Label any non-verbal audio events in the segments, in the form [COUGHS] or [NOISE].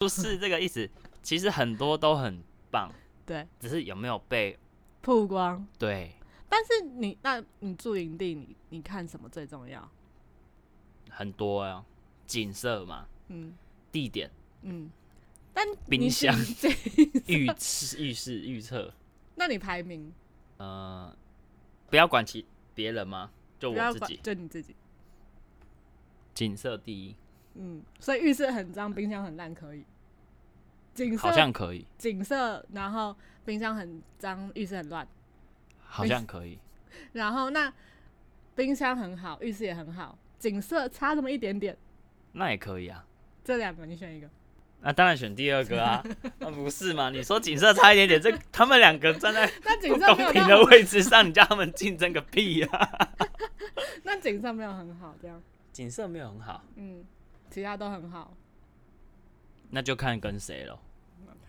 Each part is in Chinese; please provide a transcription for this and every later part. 不是这个意思。其实很多都很棒，对，只是有没有被曝光。对但是你，那你住营地你，你看什么最重要？很多啊，景色嘛，嗯地点、嗯，但冰你是 [LAUGHS] 箱营地预示、预示、预测，那你排名呃，不要管其别人吗？就不我要自管己，，就你自己。景色第一，嗯，所以浴室很脏，冰箱很烂，可以。景色好像可以，景色，然后冰箱很脏，浴室很乱，好像可以，然后那冰箱很好，浴室也很好，景色差这么一点点，那也可以啊。这两个你选一个。那当然选第二个啊，那不是嘛？你说景色差一点点，这他们两个站在那 [LAUGHS] 景不色没公有到平的很，位置上，你叫他们竞争个屁呀、啊！ [LAUGHS] 那景色没有很好，这样，景色没有很好，嗯，其他都很好，那就看跟谁喽。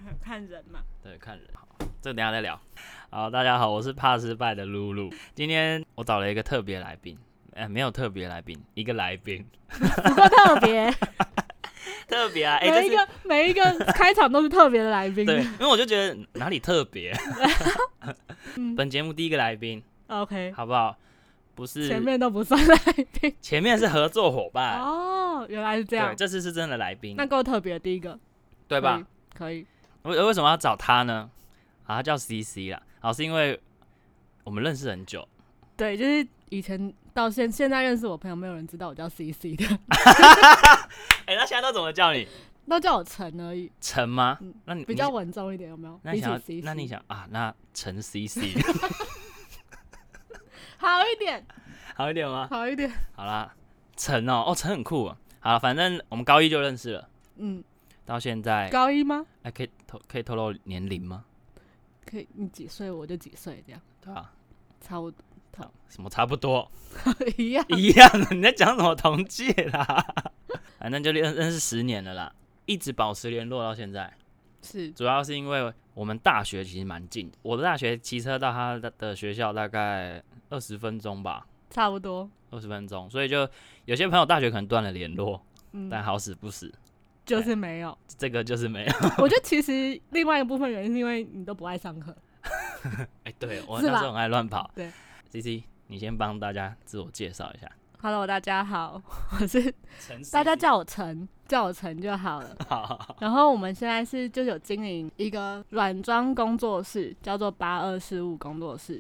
看看人嘛。对，看人。好，这个等一下再聊。好，大家好，我是怕失败的露露。今天我找了一个特别来宾，哎、没有特别来宾，一个来宾，不过特别， [LAUGHS] 特别 [LAUGHS] 啊，哎、每这一是个每一个 [LAUGHS] 开场都是特别的来宾。对，因为我就觉得哪里特 [LAUGHS] 别。嗯本节目第一个来宾， ，OK，好不好？不是前面都不算来宾。前面是合作伙伴，哦，原来是这对，样。这次是真的来宾，那够特别，第一个对吧？？可以，为为什么要找他呢？啊，他叫 CC 啦，好、是因为我们认识很久，对，就是以前到现现在认识我朋友，没有人知道我叫 CC 的， [LAUGHS] 哎、那现在都怎么叫你都叫我陈而已，陈吗嗯？那你比较稳重一点，有没有？那比你起想要 CC，那你想啊，那陈 CC 好一点， [LAUGHS] 好一点吗？ [LAUGHS] 好一点，好啦，陈哦，哦，陈很酷、啊。好啦，反正我们高一就认识了，嗯，到现在，哎、高一吗？可以透可以透露年龄吗？可以，你几岁我就几岁，这样对吧、差不多 [LAUGHS] 啊？什么差不多一样。一样？你在讲什么同届啦？ [LAUGHS] 反正就认认识十年了啦，一直保持联络到现在。是，主要是因为我们大学其实蛮近的，我的大学骑车到他的的学校大概二十分钟吧，差不多，二十分钟，所以就有些朋友大学可能断了联络，嗯，但好哎死不死，就是没有。这个就是没 [LAUGHS] 有。我觉得其实另外一部分原因是因为你都不爱上课，哎，对我是吧那时候很爱乱跑。对，C C，你先帮大家自我介绍一下。 Hello，大家好， [LAUGHS] 我是大 [LAUGHS] 家叫我陈，叫我陈就好了。好，然后我们现在是就是有经营一个软装工作室，叫做八二事务工作室，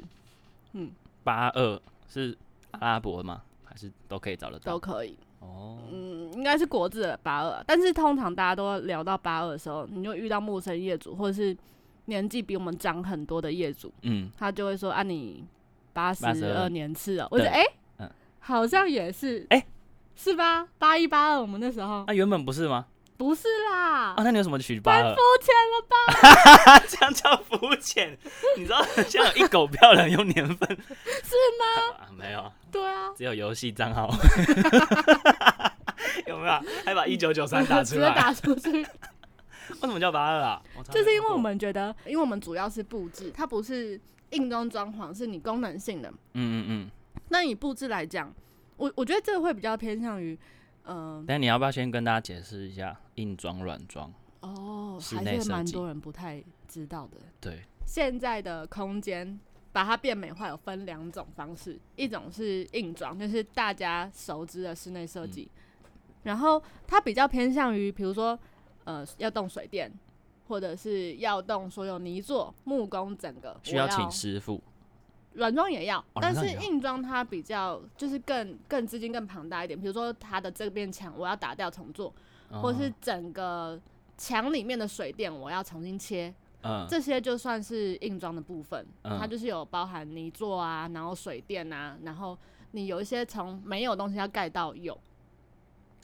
八二是阿拉伯吗？还是都可以找得都到？可以。哦，嗯，应该是国字的八二，但是通常大家都聊到八二的时候，你就遇到陌生业主或者是年纪比我们长很多的业主，嗯，他就会说啊你八十82二年次哦，我觉得对哎，嗯好像也是哎是吧？八一八二我们那时候那原本不是吗？不是啦，啊啊，那你有什么取八太二肤？浅了吧？这样叫肤浅， [LAUGHS] 你知道，像有一狗票人用年份 [LAUGHS] 是吗、啊？没有，对啊，只有游戏账 [LAUGHS] 号，有没有？还把一九九三打出直接来？打 [LAUGHS] 出去。为什么叫八二啊？我从来就是没因为看我过们觉得，因为我们主要是布置，它不是硬装装潢，是你功能性的。嗯嗯嗯。那你布置来讲，我我觉得这个会比较偏向于，嗯、但你要不要先跟大家解释一下硬装软装？哦，室内还设是蛮计多人不太知道的。对，现在的空间把它变美化有分两种方式，一种是硬装，就是大家熟知的室内设计，嗯然后它比较偏向于，比如说呃要动水电，或者是要动所有泥做、木工整个，需要我请师傅。软装也要，但软装是也要硬装它比较就是更更资金更庞大一点，比如说它的这边墙我要打掉重做，哦或是整个墙里面的水电我要重新切，嗯，这些就算是硬装的部分，嗯它就是有包含泥做啊，然后水电啊，然后你有一些从没有东西要盖到有，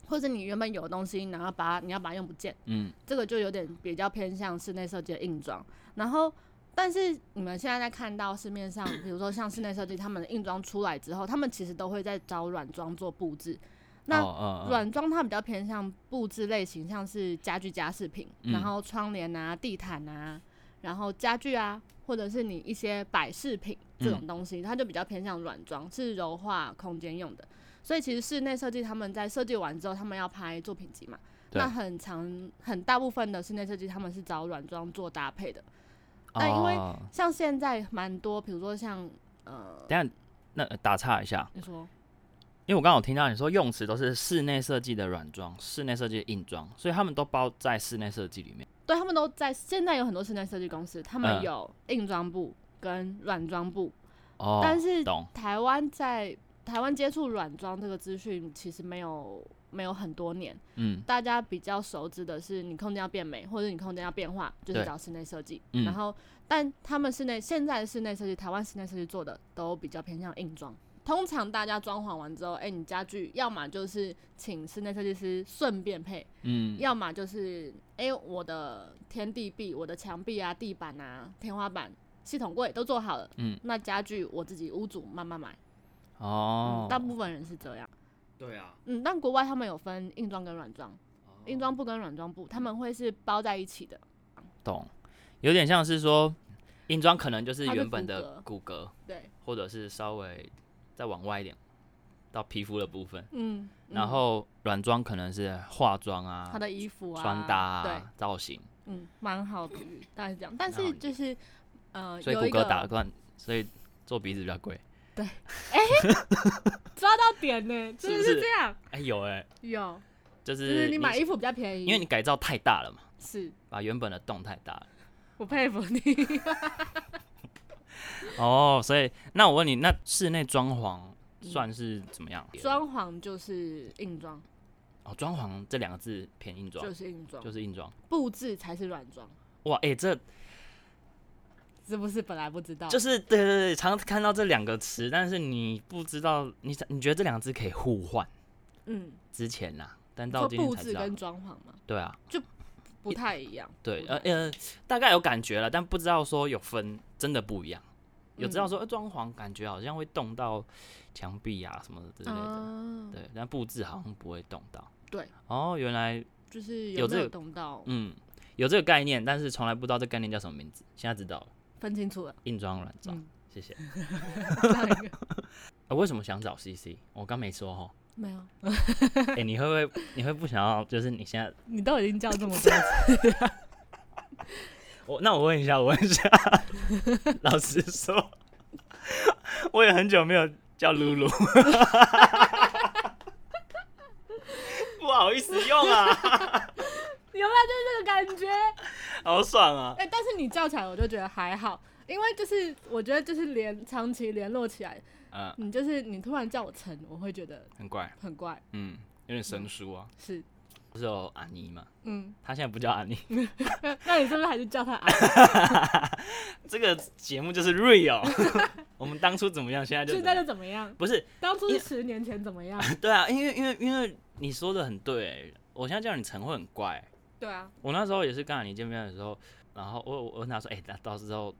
或者你原本有的东西，然后把它你要把它用不见。嗯，这个就有点比较偏向室内设计的硬装。然后，但是你们现在在看到市面上， [COUGHS] 比如说像室内设计，他们的硬装出来之后，他们其实都会在找软装做布置。那哦嗯嗯软装它比较偏向布置类型，像是家具、家饰品，嗯然后窗帘啊、地毯啊，然后家具啊，或者是你一些摆饰品这种东西，它就比较偏向软装，是柔化空间用的。所以其实室内设计他们在设计完之后，他们要拍作品集嘛，那很长很大部分的室内设计他们是找软装做搭配的。那因为哦像现在蛮多，比如说像呃，等一下那呃打岔一下，你说因为我刚好听到你说用词都是室内设计的软装、室内设计的硬装，所以他们都包在室内设计里面。对他们都在现在有很多室内设计公司，他们嗯有硬装部跟软装部，哦，但是懂台湾在台湾接触软装这个资讯其实没有没有很多年，嗯大家比较熟知的是你空间要变美，或者你空间要变化，就是对找室内设计。嗯然后，但他们室内现在的室内设计，台湾室内设计做的都比较偏向硬装。通常大家装潢完之后，哎、你家具要么就是请室内设计师顺便配，嗯要么就是哎、我的天地壁、我的墙壁啊、地板啊、天花板、系统柜都做好了，嗯，那家具我自己屋主慢慢买。哦嗯，，大部分人是这样。对啊，嗯，但国外他们有分硬装跟软装，哦硬装部跟软装部他们会是包在一起的。懂，有点像是说硬装可能就是它是原本骨的骼骨骼，对，或者是稍微再往外一点到皮肤的部分，嗯，然后软装可能是化妆啊、他的衣服啊，穿搭对，啊、造型，嗯，蛮好的，大概是这样。但蛮好是的就是呃，所以有骨一个骼打断，所以做鼻子比较贵。抓到点呢，是真的不是是这样。哎、有哎、有，就就是是你买衣服比较便宜，因为你改造太大了嘛，是把原本的洞太大了。我佩服你。嗯哦，所以那我问你，那室内装潢算是怎么样？装潢就是硬装，哦，装潢这两个字偏硬装就，是硬装，啊就是硬装。布置才是软装，哇，哎、这是不是？本来不知道，就是对对对，常常看到这两个词，但是你不知道，你你觉得这两个字可以互换？嗯，之前呐、但你到说今天布才知置道跟，装潢嘛，对啊，不太一样。对，不呃太呃，大概有感觉了，但不知道说有分，真的不一样。有知道嗯说呃装、潢感觉好像会动到墙壁啊什么的之类的，啊对，但布置好像不会动到。对，哦，原来就是有有这没有个懂到嗯有这个概念，但是从来不知道这概念叫什么名字，现在知道了，分清楚了。硬装软装，嗯，谢谢。下一 [LAUGHS] 个呃，为什么想找 CC？我刚没说哈。没有，哎、你会不会你会不想要？就是你现在，你都已经叫这么多啊次，我那我问一下，我问一下，老实说，我也很久没有叫露露， [LAUGHS] 不好意思用啊，有没有就是这个感觉？好爽啊！哎、但是你叫起来我就觉得还好，因为就是我觉得就是联长期联络起来，嗯、你就是你突然叫我陈，我会觉得很怪，很怪。嗯，有点生疏啊。是，不是有阿妮嘛？嗯，她现在不叫阿妮， [LAUGHS] 那那你是不是还是叫他阿姨？这个节目就是 real。我 [LAUGHS] 们当初怎么样，现在就现怎在么就样怎么样？不是当初是十年前怎么样？对啊，因为因为因为你说的很对、我现在叫你陈会很怪、对啊，我那时候也是跟你见面的时候，然后我我问他说，哎、那到时候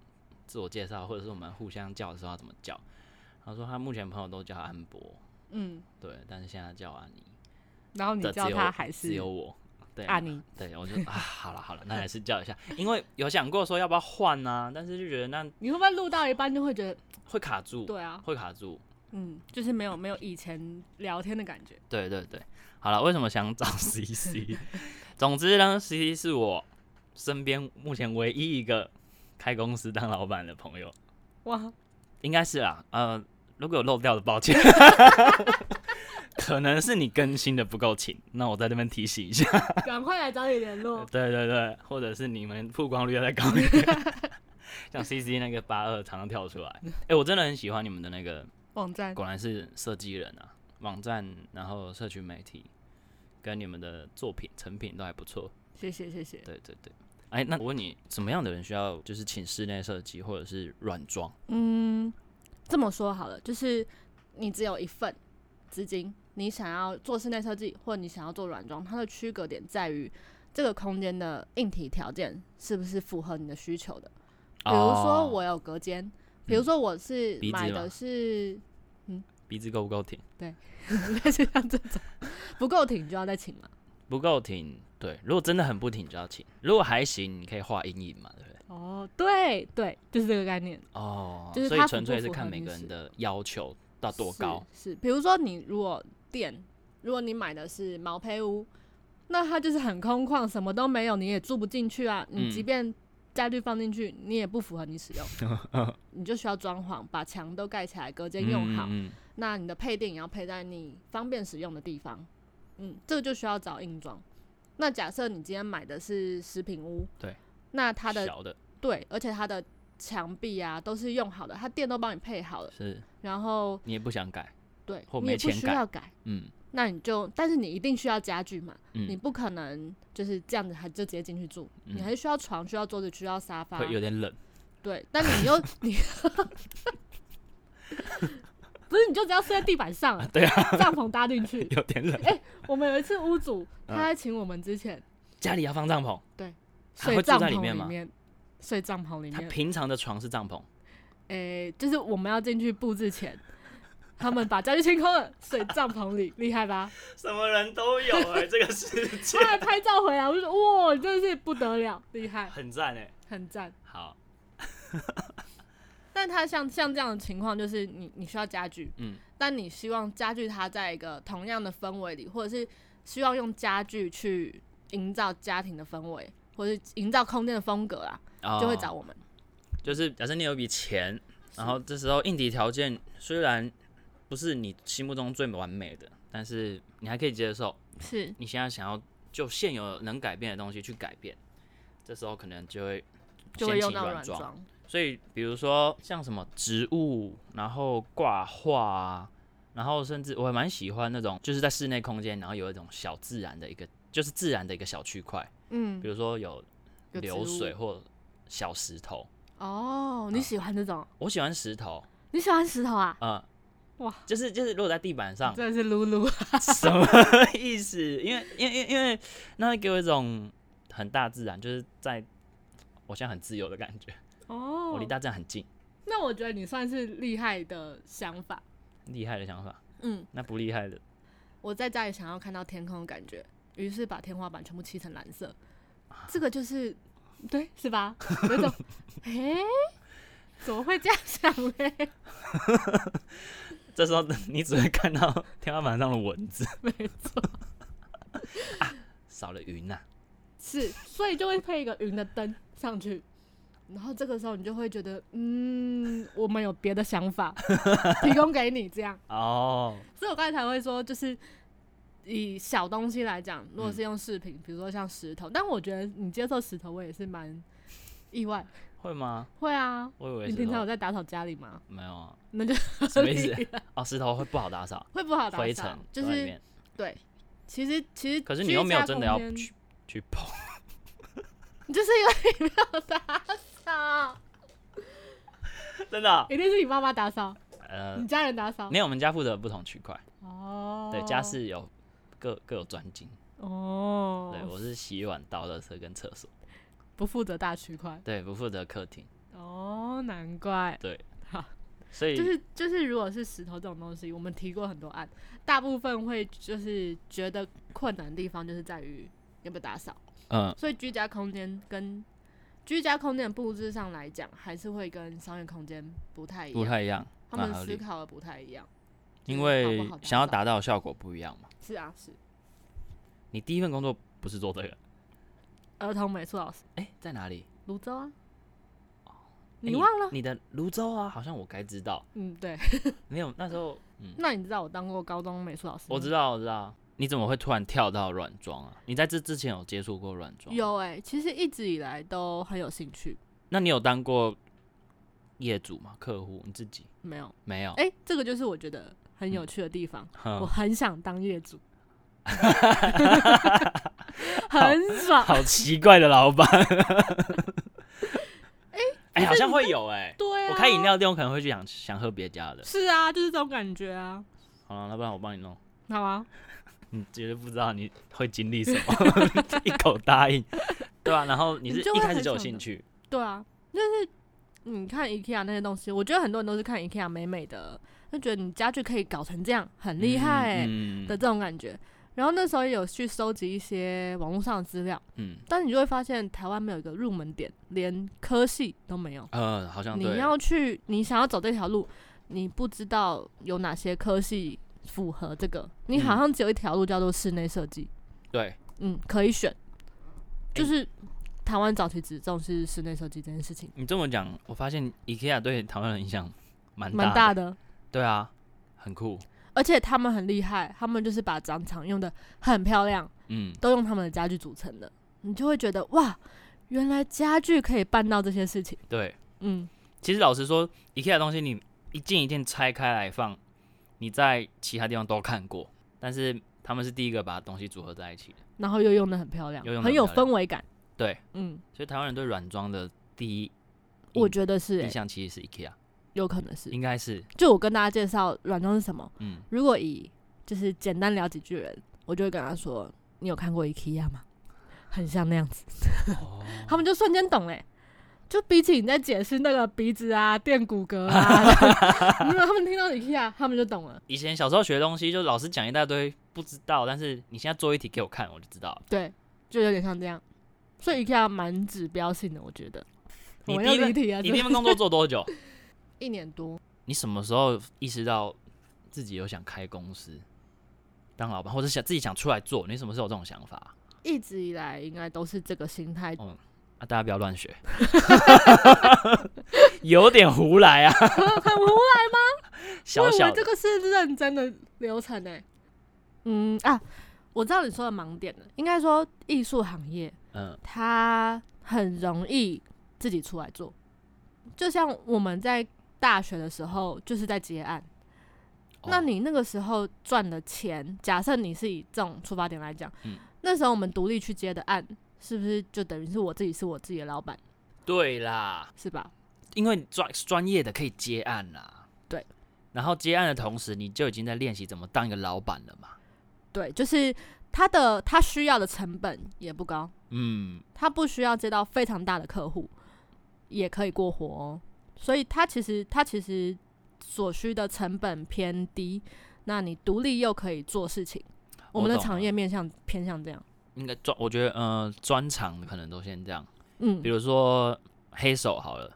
自我介绍或者是我们互相叫的时候要怎么叫？他说他目前朋友都叫他安博，嗯，对，但是现在叫阿妮，然后你但叫只有他还只是有我，对阿，尼？对，我就啊，好了好了，那还是叫一下，因为有想过说要不要换啊，但是就觉得那你会不会录到一半就会觉得，会卡住，对啊，会卡住，嗯，就是没有没有以前聊天的感觉。对对对，好了，为什么想找 CC？总之呢，CC 是我身边目前唯一一个开公司当老板的朋友，哇，应该是啦。呃，如果有漏掉的， [LAUGHS] 抱歉。可能是你更新的不够勤，那我在这边提醒一下。赶快来找你联络。 [LAUGHS] 对对对，或者是你们曝光率要再高一 [LAUGHS] 点。像 CC 那个八二常常跳出来，哎、我真的很喜欢你们的那个网站果然是设计人啊，网站，然后社群媒体，跟你们的作品成品都还不错。谢谢谢谢。对对对，哎，那我问你，什么样的人需要就是请室内设计或者是软装？嗯，这么说好了，就是你只有一份资金，你想要做室内设计或你想要做软装，它的区隔点在于这个空间的硬体条件是不是符合你的需求的。比如说哦嗯我有隔间，比如说我是鼻子买吗的是，鼻子够不够挺？类似像这种不够挺就要再请嘛。不够挺，对，如果真的很不挺就要请，如果还行，你可以画阴影嘛，对不对？哦，对对，就是这个概念。哦，就是所以它纯符不粹是符看合每你个人是的要求到多高是？是，比如说你如果店，如果你买的是毛坯屋，那它就是很空旷，什么都没有，你也住不进去啊。嗯你即便家具放进去，你也不符合你使 [LAUGHS] 用，你就需要装潢，把墙都盖起来，隔间用好。嗯嗯嗯那你的配电也要配在你方便使用的地方。嗯，这个就需要找硬装。那假设你今天买的是食品屋，对，那它的小的对，而且它的墙壁啊都是用好的，它电都帮你配好了，是然后你也不想改，对或你没也不钱需改要改，嗯那你就，但是你一定需要家具嘛，你嗯，不可能就是这样子还就直接进去住，你嗯还是需要床，需要桌子，需要沙发，会有点冷，对，但你 [LAUGHS] 又你， [LAUGHS] 不是你就只要睡在地板上、啊， [LAUGHS] 对啊，帐篷搭进去。有点 [LAUGHS] 冷， [LAUGHS] 我们有一次屋主嗯他在请我们之前家里要放帐篷，他睡会住帐在里篷面里吗面，睡帐篷里他面，平常的床是帐篷，诶、就是我们要进去布置前， [LAUGHS] 他们把家具清空了，睡帐篷里，厉害吧？什么人都有哎、这个世界 [LAUGHS] 他还拍照回来，我就说哇，真的是不得了，厉害，很赞哎、很赞。好，但他像像这样的情况，就是你你需要家具，嗯，但你希望家具它在一个同样的氛围里，或者是希望用家具去营造家庭的氛围，或者是营造空间的风格啦，哦就会找我们。就是假设你有一笔钱，然后这时候硬体条件虽然不是你心目中最完美的，但是你还可以接受。是你现在想要就现有能改变的东西去改变，这时候可能就会就会掀用起到软软装。装，所以比如说像什么植物，然后挂画啊，然后甚至我还蛮喜欢那种就是在室内空间，然后有一种小自然的一个，就是自然的一个小区块，嗯比，如说有有流植物水或小石头。哦，你啊喜欢这种？我喜欢石头，你喜欢石头啊？嗯，哇，就是就是，如果在地板 [LAUGHS] 上，真的是露露，什么意思？因为因为因为因为那会给我一种很大自然，就是在我现在很自由的感觉，我哦离大自然很近，那我觉得你算是厉害的想法。厉害的想法。嗯，那不厉害的，我在家里想要看到天空的感觉，于是把天花板全部漆成蓝色，啊这个就是对 [LAUGHS] 是吧？有一种诶，怎么会这样想嘞？这时候你只会看到天花板上的蚊子，啊没 [LAUGHS] 错，少了云呐、是，所以就会配一个云的灯上去。然后这个时候你就会觉得，嗯，我们有别的想 [LAUGHS] 法提供给你，这样。哦，所以我刚才才会说，就是以小东西来讲，如果是用饰品，比如说像石头，但我觉得你接受石头，我也是蛮意外。会吗？会啊，我以为你石平常有头在打扫家里吗？没有啊，那就 [LAUGHS] 什么意思合理了哦，石头会不好打扫， [LAUGHS] 会不好打灰扫尘，就在里是面对。其实其实，可是你又没有真的要去，去去碰，你就是因为你没有打 [LAUGHS] 扫， [LAUGHS] 真的啊、一定是你妈妈打扫，呃你，家人打扫没有，我们家负责不同区块，哦。对，家事有各各有专精。哦，对，我是洗碗、倒垃圾跟厕所，不负责大区块对，不负责客厅，哦，难怪。对好，所以、就是就是，如果是石头这种东西，我们提过很多案，大部分会就是觉得困难的地方就是在于有没有打扫。嗯，所以居家空间跟居家空间的布置上来讲，还是会跟商业空间不太一不样，太一样，他蛮们合思理考的不太一样。因好为不好打想要扫达到的效果不一样嘛。是啊，是你第一份工作不是做这个，儿童美术老师，哎、在哪里？泸州啊，诶你忘了？哦哎你的泸州啊，好像我该知道，嗯，对。没有那时候，嗯，那你知道我当过高中美术老师吗？我知道，我知道。你怎么会突然跳到软装啊？你在这之前有接触过软装？。有哎、其实一直以来都很有兴趣，那你有当过业主吗？客户？你自己没有？没有？哎、这个就是我觉得很嗯有趣的地方，我哼，很想当 [LAUGHS] 业主，很爽。 [LAUGHS] 好奇怪的 [LAUGHS] 老板。哎、好像会有哎、对啊，我开饮料店，我可能会去想想喝别家的。是啊，就是这种感觉啊，好了，要不然我帮你弄。好吗？你绝对不知道你会经历什么， [LAUGHS] 一口答应，对啊吧、然后你是你就一会开始很就有想兴的趣，对啊，就是你看 IKEA 那些东西，我觉得很多人都是看 IKEA 美美的，就觉得你家具可以搞成这样，很厉害、欸嗯的这种感觉。然后那时候也有去收集一些网络上的资料，嗯但你就会发现台湾没有一个入门点，连科系都没有。嗯呃，好像对你要去，你想要走这条路，你不知道有哪些科系符合这个，你好嗯像只有一条路叫做室内设计，对嗯，可以选，就是台湾早期只重视室内设计这件事情，你这么讲，我发现 IKEA 对台湾的影响蛮蛮大大的。的。对啊，很酷。而且他们很厉害，他们就是把展场用的很漂亮，嗯，都用他们的家具组成的，你就会觉得哇，原来家具可以办到这些事情。对。嗯，其实老实说，IKEA 的东西你一件一件拆开来放，你在其他地方都看过，但是他们是第一个把东西组合在一起的。然后又用的很漂亮又用，得很很有漂亮氛围感。对，嗯，所以台湾人对软装的第一我觉得是、印欸，象其实是 IKEA，有可能是。应该是就我跟大家介绍软装是什么，嗯，如果以就是简单聊几句人，我就会跟他说：“你有看过 IKEA 吗？” [LAUGHS] 很像那样子，哦， [LAUGHS] 他们就瞬间懂嘞、欸就比起你在解释那个鼻子啊、垫骨骼 [LAUGHS] 啊，没有他们听到 IKEA，他们就懂了。以前小时候学的东西，就老师讲一大堆不知道，但是你现在做一题给我看，我就知道了。对，就有点像这样。所以 IKEA 蛮指标性的，我觉得。你我第要一离份题啊！你真第的一份工作做多久？ [LAUGHS] 一年多，你什么时候意识到自己有想开公司当老板，或者想自己想出来做？你什么时候有这种想法啊？一直以来应该都是这个心态。啊大家不要乱学， [LAUGHS] 有点胡来啊，很无赖， [LAUGHS] 小我以小为这的个是认真的流程诶、嗯啊，我知道你说的盲点了，应该说艺术行业嗯它很容易自己出来做，就像我们在大学的时候就是在接案。哦那你那个时候赚的钱，假设你是以这种出发点来讲，嗯那时候我们独立去接的案，是不是就等于是我自己是我自己的老板，对啦，是吧？因为专专业的可以接案啦，对，然后接案的同时，你就已经在练习怎么当一个老板了嘛，对，就是他的他需要的成本也不高，嗯，他不需要接到非常大的客户，也可以过活、哦。所以他其实他其实所需的成本偏低，那你独立又可以做事情。我们的懂产了业面向偏向这样，应该专，我觉得呃专长可能都先这样。嗯比，如说黑手好了，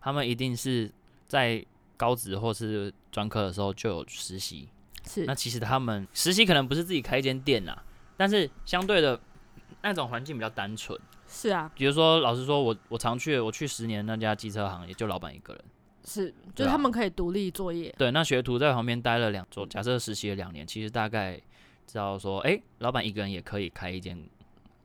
他们一定是在高职或是专科的时候就有实习。是那其实他们实习可能不是自己开一间店啦，但是相对的那种环境比较单纯。是啊，比如说，老实说，我我常去的，我去十年那家机车行也就老板一个人。是，对就是他啊们可以独立作业，对，那学徒在旁边待了两周，假设实习了两年，其实大概知道说，哎、老板一个人也可以开一间。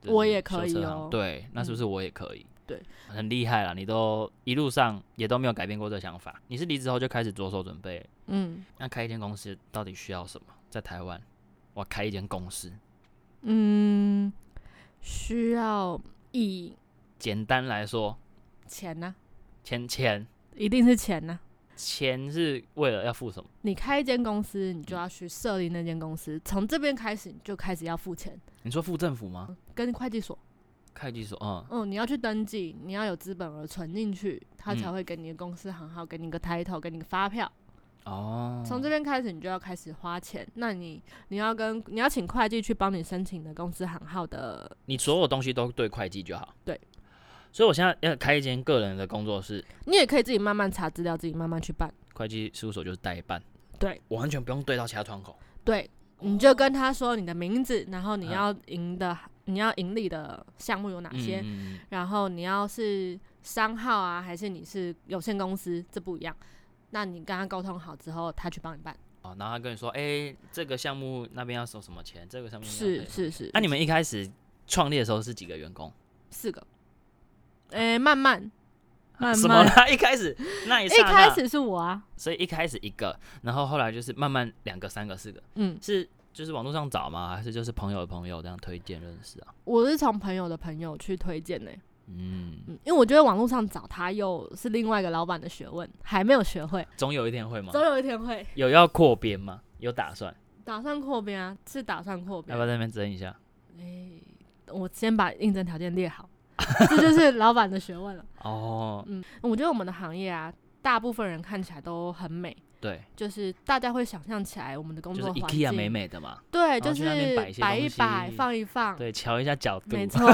就是我也可以修车行哦对，那是不是我也可以？对，很厉害啦！你都一路上也都没有改变过这个想法。你是离职后就开始着手准备，嗯那开一间公司到底需要什么？在台湾，我开一间公司，嗯，需要以简单来说，钱呢、钱钱一定是钱呢、钱是为了要付什么？你开一间公司，你就要去设立那间公司，从这边开始你就开始要付钱，你说付政府吗？跟会计所，会计所，嗯，嗯，你要去登记，你要有资本额存进去，他才嗯会给你的公司行号，给你个 title，给你个发票，哦，从这边开始你就要开始花钱。那你你要跟你要请会计去帮你申请的公司行号的，你所有东西都对会计就好。对，所以我现在要开一间个人的工作室，你也可以自己慢慢查资料，自己慢慢去办。会计事务所就是代办。对，我完全不用对到其他窗口。对，你就跟他说你的名字，然后你哦嗯要赢的、你要盈利的项目有哪些，嗯嗯然后你要是商号啊，还是你是有限公司，这不一样。那你跟他沟通好之后，他去帮你办。哦，然后他跟你说，哎、这个项目那边要收什么钱，这个项目是是是，那、你们一开始创立的时候是几个员工？四个，诶、慢慢啊慢什么 [LAUGHS] 慢，啦？一开始那一刹一那开，始是我啊，所以一开始一个，然后后来就是慢慢两个、三个、四个，嗯，是就是网络上找吗？还是就是朋友的朋友这样推荐认识啊？我是从朋友的朋友去推荐的、嗯，嗯，因为我觉得网络上找他又是另外一个老板的学问，还没有学会，总有一天会吗？总有一天会。有要扩编吗？有打算？打算扩编啊，是打算扩要编不。要在那边争一下？诶，我先把应征条件列好， [LAUGHS] 这就是老板的学问了。哦，我觉得我们的行业啊，大部分人看起来都很美，对，就是大家会想象起来我们的工就是作环境， IKEA 美美的嘛，对，然后就去那边摆一是些摆一东西摆，放一放，对，瞧一下角度，没哎、 [LAUGHS] 错，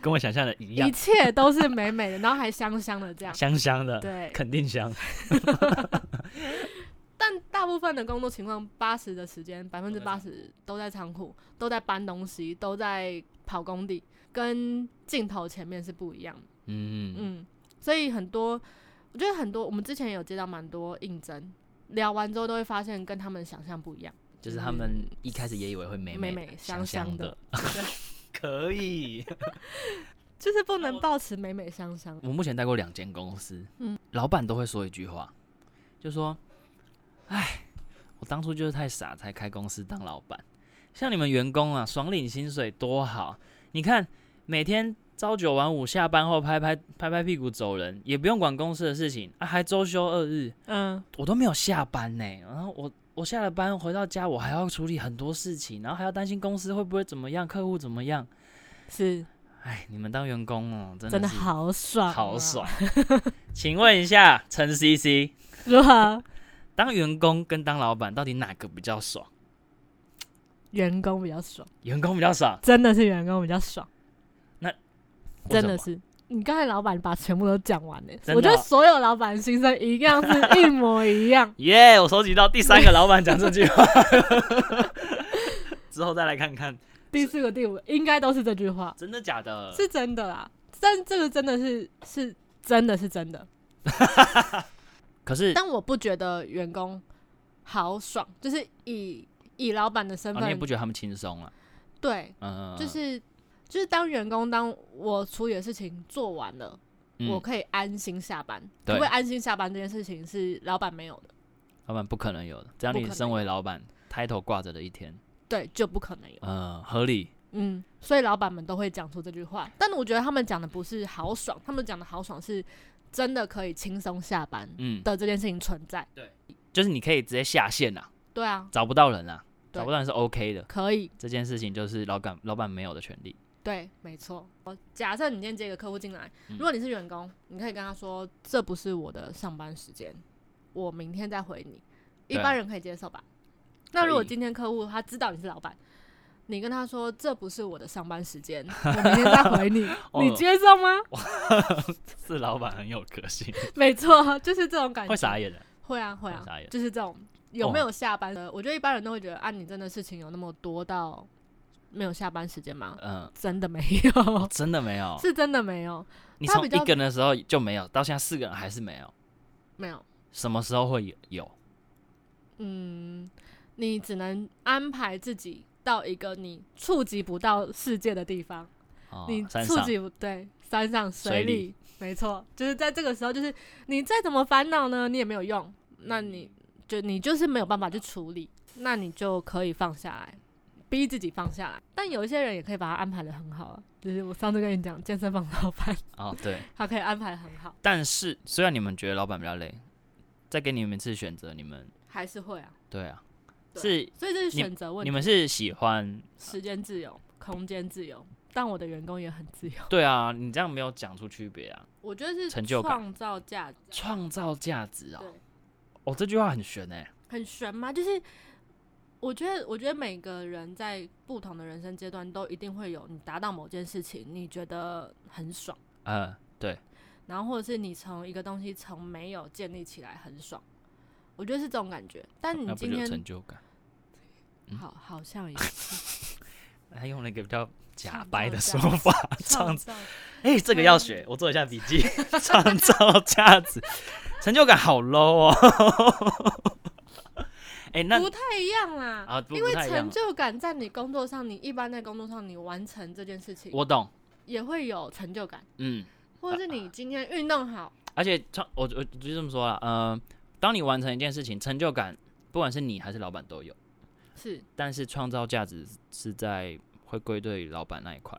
跟我想象的一样一，切都是美 [LAUGHS] 美的，然后还香香的这样。香香的，对，肯定香。但但大部分的工作情况，八十的时间，百分之都在八仓十都在仓库，都在搬东西，都在跑工地，跟镜头前面是不一样的。嗯嗯嗯，所以很多，我觉得很多，我们之前有接到蛮多应征，聊完之后都会发现跟他们想象不一样。就是他们一开始也以为会美美美美的香香香的 [LAUGHS] 的，可以。就是不能抱持美美香香。我目前待过两间公司，嗯老板都会说一句话，就说：“哎，我当初就是太傻，才开公司当老板。像你们员工啊，爽领薪水多好，你看每天朝九晚五，下班后拍拍拍拍屁股走人，也不用管公司的事情啊，还周休二日，嗯，我都没有下班呢、然后我我下了班回到家，我还要处理很多事情，然后还要担心公司会不会怎么样，客户怎么样。是哎，你们当员工哦，真真的是好爽、啊好！爽。请问一下，陈 CC，如何？当员工跟当老板到底哪个比较爽？员工比较爽，员工比较爽，真的是员工比较爽，为真什的么是。你刚才老板把全部都讲完了，真的。我觉得所有老板心声一样 [LAUGHS] 是一模一样耶我收集到第三个老板讲这句 [LAUGHS] 话，之后再来看看，第四个、第五个应该都是这句话，真的假的？是真的啦。但这个真的是是真的是真的，可是但我不觉得员工豪爽，就是以以老板的身哦份，你也不觉得他们轻松了？对，嗯，嗯嗯就是就是当员工，当我处理的事情做完了，嗯我可以安心下班。对因为安心下班这件事情是老板没有的，老板不可能有的，只要不你可能身为老板，title 挂着的一天，对，就不可能有。嗯，合理。嗯，所以老板们都会讲出这句话，但我觉得他们讲的不是豪爽，他们讲的豪爽是真的可以轻松下班嗯，的这件事情存在。就是你可以直接下线啊，对啊，找不到人啊，对找不到人是 OK 的。可以，这件事情就是老板老板没有的权利。对，没错。我假设你今天接一个客户进来，嗯如果你是员工，你可以跟他说：“这不是我的上班时间，我明天再回你。”一对啊般人可以接受吧？那可如果以”，今天客户他知道你是老板，你跟他说：“这不是我的上班时间，我明天再回你哦你接受吗？是老板很有个性，没错，就是这种感觉。会傻眼的。会啊，会啊会傻眼，就是这种有没哦有下班的？我觉得一般人都会觉得啊，你真的事情有那么多到没有下班时间吗？嗯，哦真的没有，真的没有。 [LAUGHS] 是真的没有，你他从一比个较人的时候就没有，到现在四个人还是没有，没有。什么时候会有有？嗯，你只能安排自己到一个你触及不到世界的地方，哦你，山触上及不对山上水水里里，没错，就是在这个时候，就是你再怎么烦恼呢，你也没有用，那你嗯就你就是没有办法去处理，那你就可以放下来。逼自己放下来，但有一些人也可以把它安排的很好啊。就是我上次跟你讲，健身房老板 [LAUGHS] 哦，对。他可以安排得很好，但是虽然你们觉得老板比较累，再给你们一次选择，你们还是会啊。对啊，对啊是所以这是选择问你题，们是喜欢时间自由，空间自由，但我的员工也很自由。对啊，你这样没有讲出区别啊，我觉得是成就感创造价值，啊创造价值啊、对哦。，这句话很悬哎、很悬嘛。就是我觉得，我觉得每个人在不同的人生阶段都一定会有你达到某件事情，你觉得很爽，嗯，对，然后或者是你从一个东西从没有建立起来很爽，我觉得是这种感觉。但你那不今就有天成就感？嗯好好 [LAUGHS] 像也他用了一个比较假创白造的价说法，创创造哎、这个嗯要学，我做一下笔记。 [LAUGHS] 创造价值，成就感好 low 哦。哎、那不太一样啦。啊，不因不为太一样成了。就感在你工作上，你一般在工作上你完成这件事情，我懂，也会有成就感，嗯，或者是你今天运动好，而且创，我我就这么说啦，呃，当你完成一件事情，成就感，不管是你还是老板都有，是但是创造价值是在会归队于老板那一块，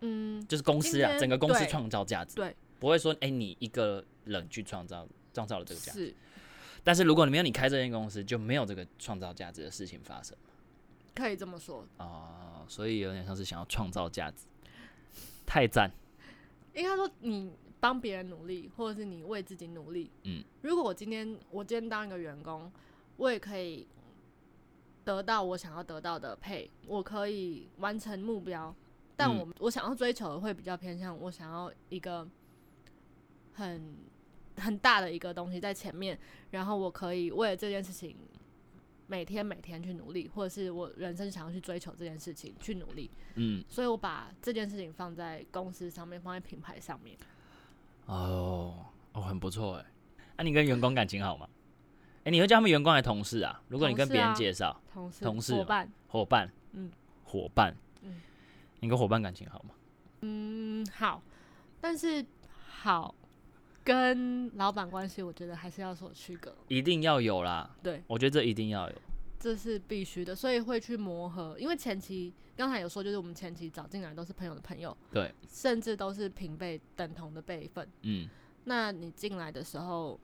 嗯，就是公司今啊，天整个公司对创造价值，对，不会说哎、你一个人去创造创造了这个价值，是但是如果你没有你开这间公司，就没有这个创造价值的事情发生。可以这么说。哦，所以有点像是想要创造价值，太赞，应该说你帮别人努力，或者是你为自己努力。嗯，如果我今天我今天当一个员工，我也可以得到我想要得到的配，我可以完成目标，但我、我想要追求的会比较偏向我想要一个很很大的一个东西在前面，然后我可以为了这件事情每天每天去努力，或者是我人生想要去追求这件事情去努力，嗯，所以我把这件事情放在公司上面，放在品牌上面。哦，哦，很不错哎。那、你跟员工感情好吗？哎、你会叫他们员工还是同事啊？如果你跟别人同事啊介绍、同事、同事啊伙嘛伴，伙伴，嗯，伙伴，嗯你跟伙伴感情好吗？嗯，好，但是好跟老板关系，我觉得还是要所区隔，一定要有啦，对，我觉得这一定要有。这是必须的，所以会去磨合。因为前期刚才有说，就是我们前期找进来都是朋友的朋友，对，甚至都是平辈等同的辈分。嗯，那你进来的时候，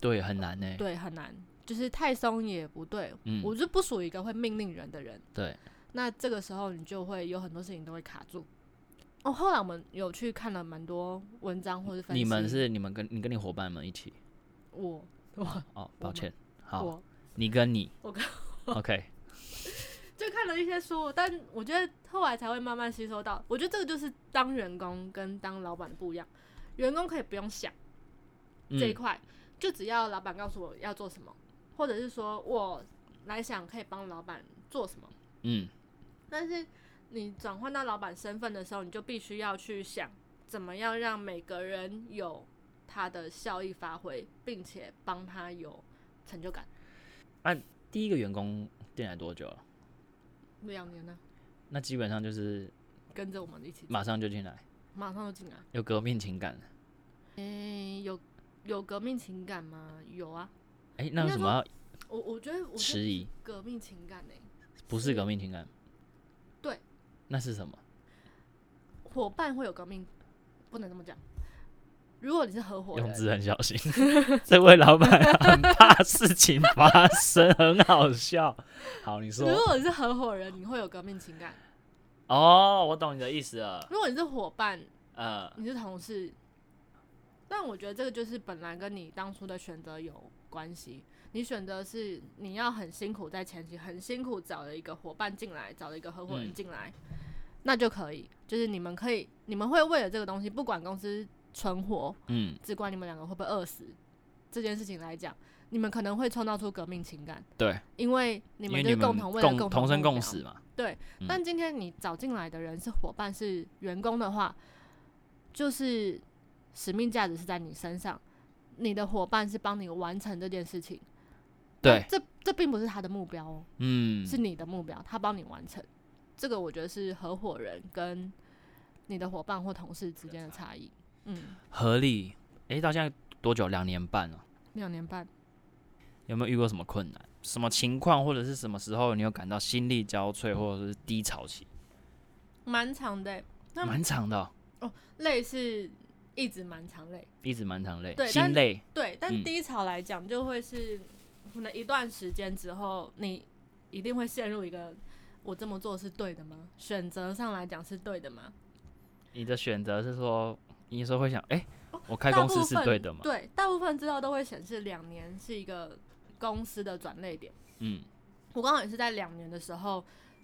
对，很难呢、对很难，就是太松也不对。哎嗯我就不属于一个会命令人的人，对，那这个时候你就会有很多事情都会卡住。哦，后来我们有去看了蛮多文章或者分析，你们是你们跟你跟你伙伴们一起我我哦，我抱们歉，好，我你跟你，我跟 OK，就看了一些书，但我觉得后来才会慢慢吸收到。我觉得这个就是当员工跟当老板的不一样，员工可以不用想 [LAUGHS] 这一嗯块，就只要老板告诉我要做什么，或者是说我来想可以帮老板做什么。嗯，但是你转换到老板身份的时候，你就必须要去想怎么样让每个人有他的效益发挥，并且帮他有成就感。第一个员工进来多久了？两年呢，那基本上就是跟着我们一起，马上就进来，马上就进来。有革命情感。诶、有有革命情感吗？有啊，哎、那为什么要我我觉得我觉得迟疑？革命情感欸呢、不是革命情感，对，那是什么？伙伴会有革命，不能这么讲。如果你是合伙用人，字很小 [LAUGHS] 心，这位老板很怕事情发生，很好笑。好，你如说果你是合伙人，你会有革命情感；哦，我懂你的意思了。如果你是伙伴，呃，你是同事，但我觉得这个就是本来跟你当初的选择有关系。你选择是你要很辛苦在前期很辛苦找了一个伙伴进来，找了一个合伙人嗯进来，那就可以，就是你们可以，你们会为了这个东西，不管公司存活，嗯，只管你们两个会不会饿死这件事情来讲，你们可能会创造出革命情感，对，因为你因为们你就是们共同为了共同生目共标死嘛。嗯但今天你找进来的人是伙伴是员工的话，就是使命价值是在你身上，你的伙伴是帮你完成这件事情。对，这这并不是他的目标哦，嗯，是你的目标，他帮你完成。这个我觉得是合伙人跟你的伙伴或同事之间的差异。嗯，合理。哎、到现在多久？两年半了、哦两年半，有没有遇过什么困难？什么情况，或者是什么时候你有感到心力交瘁，或者是低潮期？蛮长的欸、那蛮长的哦、累是一直蛮长累。一直蛮长累，对但心累。对，但嗯低潮来讲，就会是可能一段时间之后，你一定会陷入一个我这么做是对的吗？选择上来讲是对的吗？你的选择是说，你说会想，哎、我开哦大公司部是分对的吗？对，大部分资料都会显示两年是一个公司的转类点。嗯，我刚好也是在两年的时候，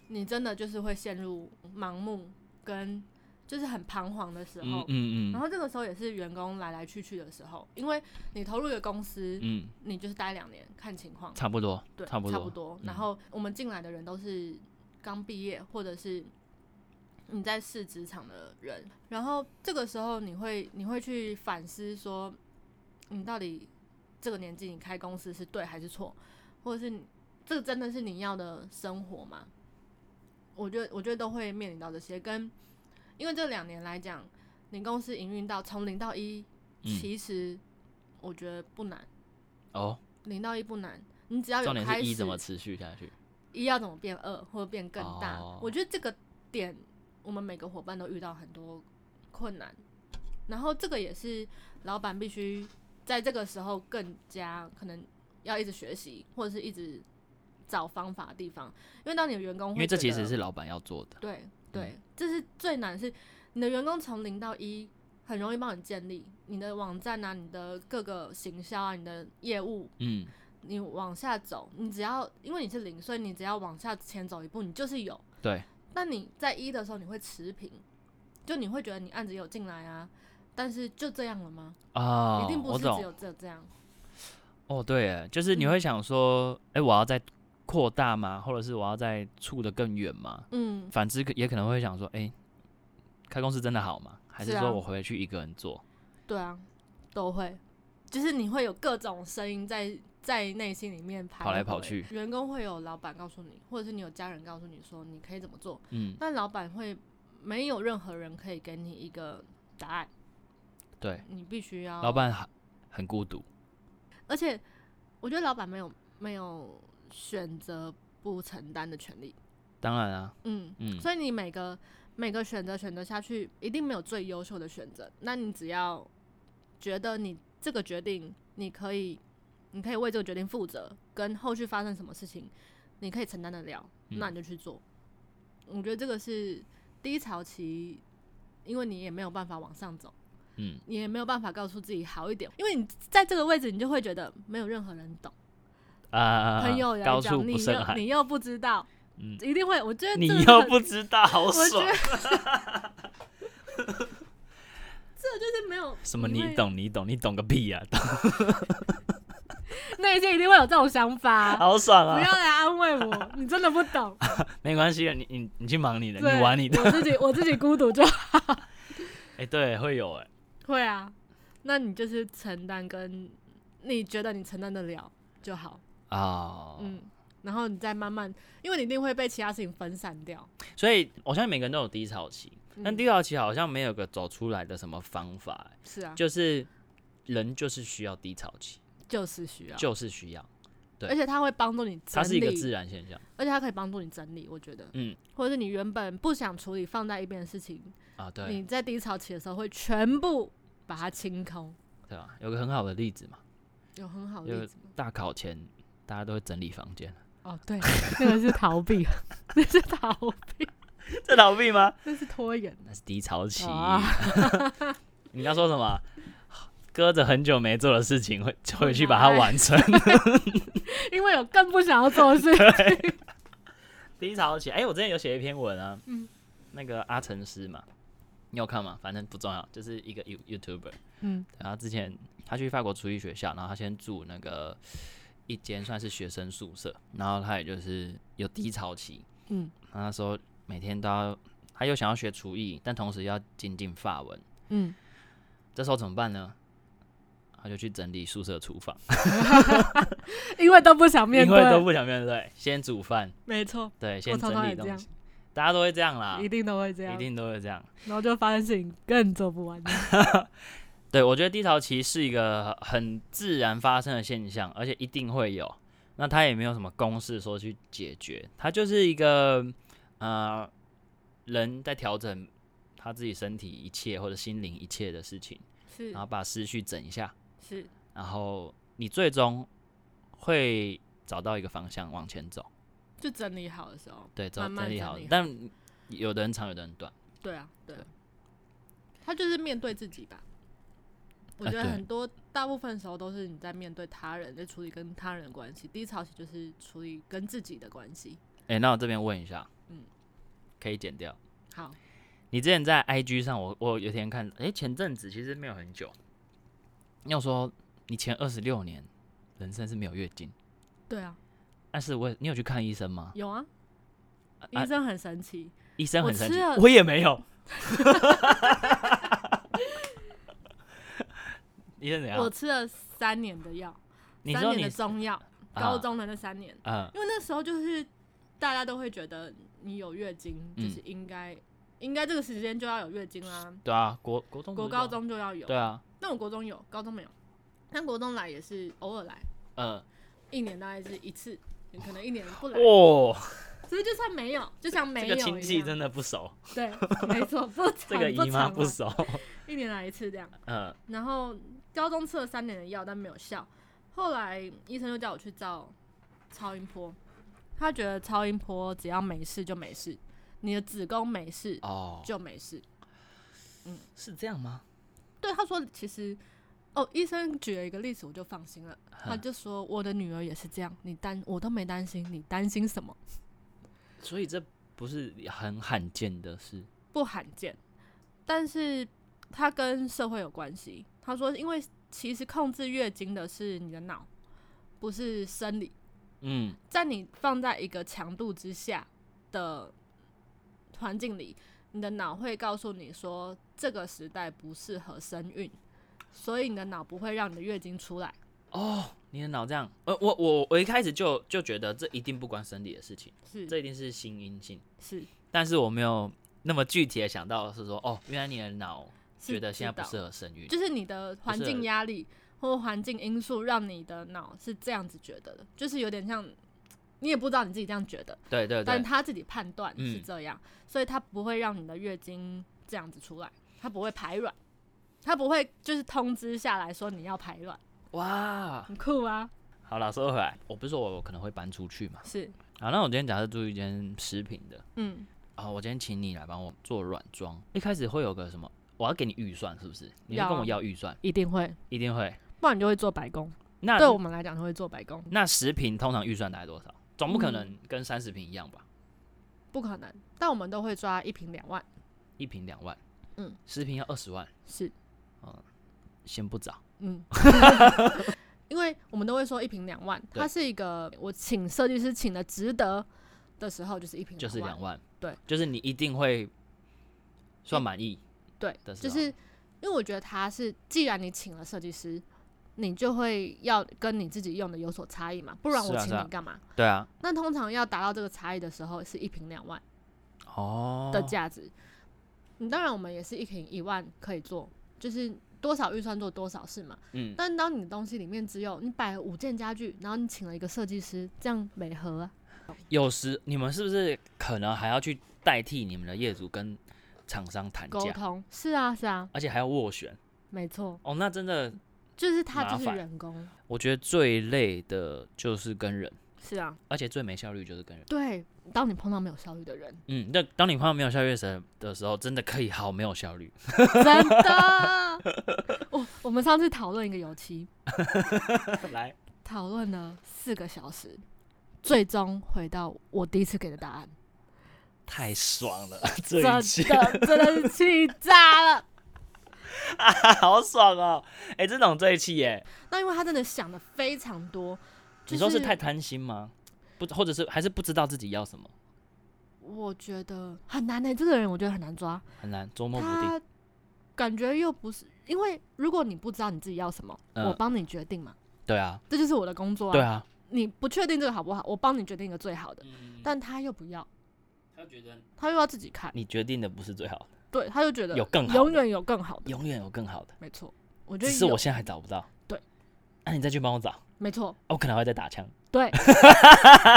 你真的就是会陷入盲目跟就是很彷徨的时候。嗯嗯嗯然后这个时候也是员工来来去去的时候，因为你投入一个公司，嗯，你就是待两年看情况，差不多，对，差差不多嗯然后我们进来的人都是刚毕业，或者是你在试职场的人。然后这个时候，你会你会去反思说，嗯你到底这个年纪你开公司是对还是错，或者是你这个真的是你要的生活吗？我觉得我觉得都会面临到这些，跟因为这两年来讲，你公司营运到从零到一，嗯，其实我觉得不难。哦，零到一不难，你只要有重点开是始，一怎么持续下去？一要怎么变二或者变更大，哦我觉得这个点我们每个伙伴都遇到很多困难，然后这个也是老板必须在这个时候更加可能要一直学习或者是一直找方法的地方，因为当你的员工会因为这觉其得实是嗯老板要做的，对对，这是最难的是你的员工从零到一，很容易帮你建立你的网站啊，你的各个行销啊，你的业务嗯，你往下走，你只要因为你是零，所以你只要往下前走一步，你就是有。对，那你在一的时候，你会持平，就你会觉得你案子有进来啊，但是就这样了吗？啊、一定不我是只懂有这这样。哦，对耶，就是你嗯会想说，哎、我要再扩大吗？或者是我要再处的更远吗？嗯，反之可也可能会想说，哎、开公司真的好吗？还是是啊说我回去一个人做？对啊，都会，就是你会有各种声音在在内心里面排跑来回跑去，员工会有老板告诉你，或者是你有家人告诉你说你可以怎么做，嗯，但老板会没有任何人可以给你一个答案，对，你必须要老，板很很孤独，而且我觉得老板没有没有选择不承担的权利，当然啊，嗯，嗯，所以你每个每个选择选择下去，一定没有最优秀的选择。那你只要觉得你这个决定，你可以，你可以为这个决定负责，跟后续发生什么事情，你可以承担得了，嗯那你就去做。我觉得这个是低潮期，因为你也没有办法往上走，嗯，你也没有办法告诉自己好一点，因为你在这个位置，你就会觉得没有任何人懂，啊啊，啊啊朋友也来高处讲，你不胜又寒，你又不知道，嗯，一定会。我觉 [LAUGHS] 得你这个又很不知道，好我觉爽得， [LAUGHS] 就是没有什么你会懂你懂你懂个屁啊，内心一定会有这种想法。好爽不要啊，来安慰我，你真的不懂。没关系的，啊你你你去忙 [LAUGHS] 你的，对你玩你的， [LAUGHS] 我自己我自己孤独就哎、对，会有哎、会啊。那你就是承担，跟你觉得你承担得了就好，啊、嗯。然后你再慢慢，因为你一定会被其他事情分散掉。所以我相信每个人都有低潮期，但嗯低潮期好像没有个走出来的什么方法、欸是啊，就是人就是需要低潮期，就是需要，就是需要，对而且它会帮助你整它是一个自理，然现象而且它可以帮助你整理。我觉得，嗯，或者是你原本不想处理放在一边的事情，啊，对你在低潮期的时候会全部把它清空。对吧？有个很好的例子嘛，有很好的有例子吗？大考前大家都会整理房 [LAUGHS] 间，哦， [LAUGHS] 对，那个是逃避，那是逃，这逃避吗？那是拖延。那是低潮期。啊 [LAUGHS] 你刚说什么？搁着很久没做的事情，会回去拿把它来完成。 [LAUGHS] 因为有更不想要做的事。低潮期，哎、我之前有写一篇文啊，嗯那个阿成师嘛，你有看吗？反正不重要，就是一个 You YouTuber，嗯然后之前他去法国厨艺学校，然后他先住那个一间算是学生宿舍，然后他也就是有低潮期，嗯然后那时候每天都要，他又想要学厨艺，但同时要精进法文，嗯，这时候怎么办呢？他就去整理宿舍厨房，因为都不想 [LAUGHS] 面因为都对，不想面对，先煮饭，没错，对，我先常常整理也这东样西，大家都会这样啦，一定都会这啊一样，定都会这样。 [LAUGHS] 然后就发现事情更做不完。对，我觉得低潮期是一个很自然发生的现象，而且一定会有。那它也没有什么公式说去解决，它就是一个呃人在调整他自己身体一切或者心灵一切的事情，是然后把思绪整一下，是，然后你最终会找到一个方向往前走。就整理好的时候，对，走慢慢整理整好理好，但有的人长，有的人短。对啊，对对，他就是面对自己吧。我啊觉得对很多大部分时候都是你在面对他人，在处理跟他人的关系。低潮期就是处理跟自己的关系。哎、那我这边问一下，嗯嗯，可以剪掉。好，你之前在 IG 上我，我有一天看，诶，前阵子其实没有很久，你有说你前二十六年人生是没有月经，对啊，但是我也你有去看医生吗？有啊，啊医生很神奇，医生我很神吃奇，了我也没 [LAUGHS] 有。 [LAUGHS] 医生怎我样？吃了三年的药，哎你三说年你的中药，啊高中的那三年，嗯因为那时候就是大家都会觉得你有月经，嗯就是应该、应该这个时间就要有月经啦，对啊，国国中不国是高这样中就要有。对啊，但我国中有，高中没有，但国中来也是偶尔来，嗯一年大概是一次，可能一年不来，哦，所以就算没有，就像这没有个一样。亲戚真的不熟，对，没错，不 [LAUGHS] 这个长姨妈不长啊熟， [LAUGHS] 一年来一次这样。嗯然后高中吃了三年的药，但没有效。后来医生就叫我去照超音波，他觉得超音波只要没事就没事，你的子宫没事 [LAUGHS] 哦，就没事。是这样吗？对，他说其实哦，医生举了一个例子，我就放心了。他哼就说我的女儿也是这样，你担我都没担心，你担心什么？所以这不是很罕见的事不罕见，但是它跟社会有关系。他说，因为其实控制月经的是你的脑，不是生理。嗯，在你放在一个强度之下的环境里，你的脑会告诉你说这个时代不适合生育，所以你的脑不会让你的月经出来。哦，你的脑这样，呃，我我我一开始就就觉得这一定不关生理的事情，是这一定是心因性，是但是我没有那么具体的想到是说，哦，原来你的脑是觉得现在知道不适合生育，就是你的环境压力或环境因素让你的脑是这样子觉得的，就是有点像你也不知道你自己这样觉得，对对但对，他自己判断嗯是这样，所以他不会让你的月经这样子出来，他不会排卵，他不会就是通知下来说你要排卵，哇，很酷啊！好了，说回来，我不是说我可能会搬出去嘛，是，好，那我今天假设住一间食品的，嗯，啊、我今天请你来帮我做软装，一开始会有个什么，我要给你预算是不是？你会跟我要啊要预算，一定会，一定会。不然你就会做白工。那对我们来讲，就会做白工，那食品通常预算大概多少？总不可嗯能跟三十瓶一样吧？不可能。但我们都会抓一瓶两万，一瓶两万，嗯，十瓶要二十万，是，先不找。嗯， [LAUGHS] 因为我们都会说一瓶两万，对它是一个我请设计师请的值得的时候，就是一瓶就是两万，万，对，就是你一定会算满意，对，的时就候是因为我觉得它是，既然你请了设计师，你就会要跟你自己用的有所差异嘛，不然是我啊请是啊你干嘛？对啊，那通常要达到这个差异的时候，是一瓶两万哦，的价值。你当然我们也是一瓶一万可以做，就是多少预算做多少事嘛。嗯，但当你的东西里面只有你摆了五件家具，然后你请了一个设计师，这样美合啊？有时你们是不是可能还要去代替你们的业主跟厂商谈沟价，通是啊是啊，而且还要斡旋？没错，哦，那真的，就是他就是麻烦人工，我觉得最累的就是跟人，是啊，而且最没效率就是跟人。对。当你碰到没有效率的人， [LAUGHS] 嗯，那当你碰到没有效率的时候的时候，真的可以好没有效 [LAUGHS] 率。真的，我我们上次讨论一个油漆，来，讨论了四个小时，最终回到我第一次给的答案，太爽了，这真一 [LAUGHS] 期的真的是气炸了。 [LAUGHS] 好爽哦！哎、这种这一期耶，那因为他真的想的非常多，就你说是太贪心吗？不，或者是还是不知道自己要什么，我觉得很难欸呢、这个人我觉得很难抓，很难捉摸不定。他感觉又不是，因为如果你不知道你自己要什么，嗯我帮你决定嘛，对啊，这就是我的工作对啊。啊，你不确定这个好不好，我帮你决定一个最好的，但他又不要，他觉得他又要自己看，你决定的不是最好的，对，他就觉得有更好的永远有更好的，永远有更好的，没错，我觉只得是有我现在还找不到。对，那、你再去帮我找，啊没错，我可能还会再打枪。对， [LAUGHS]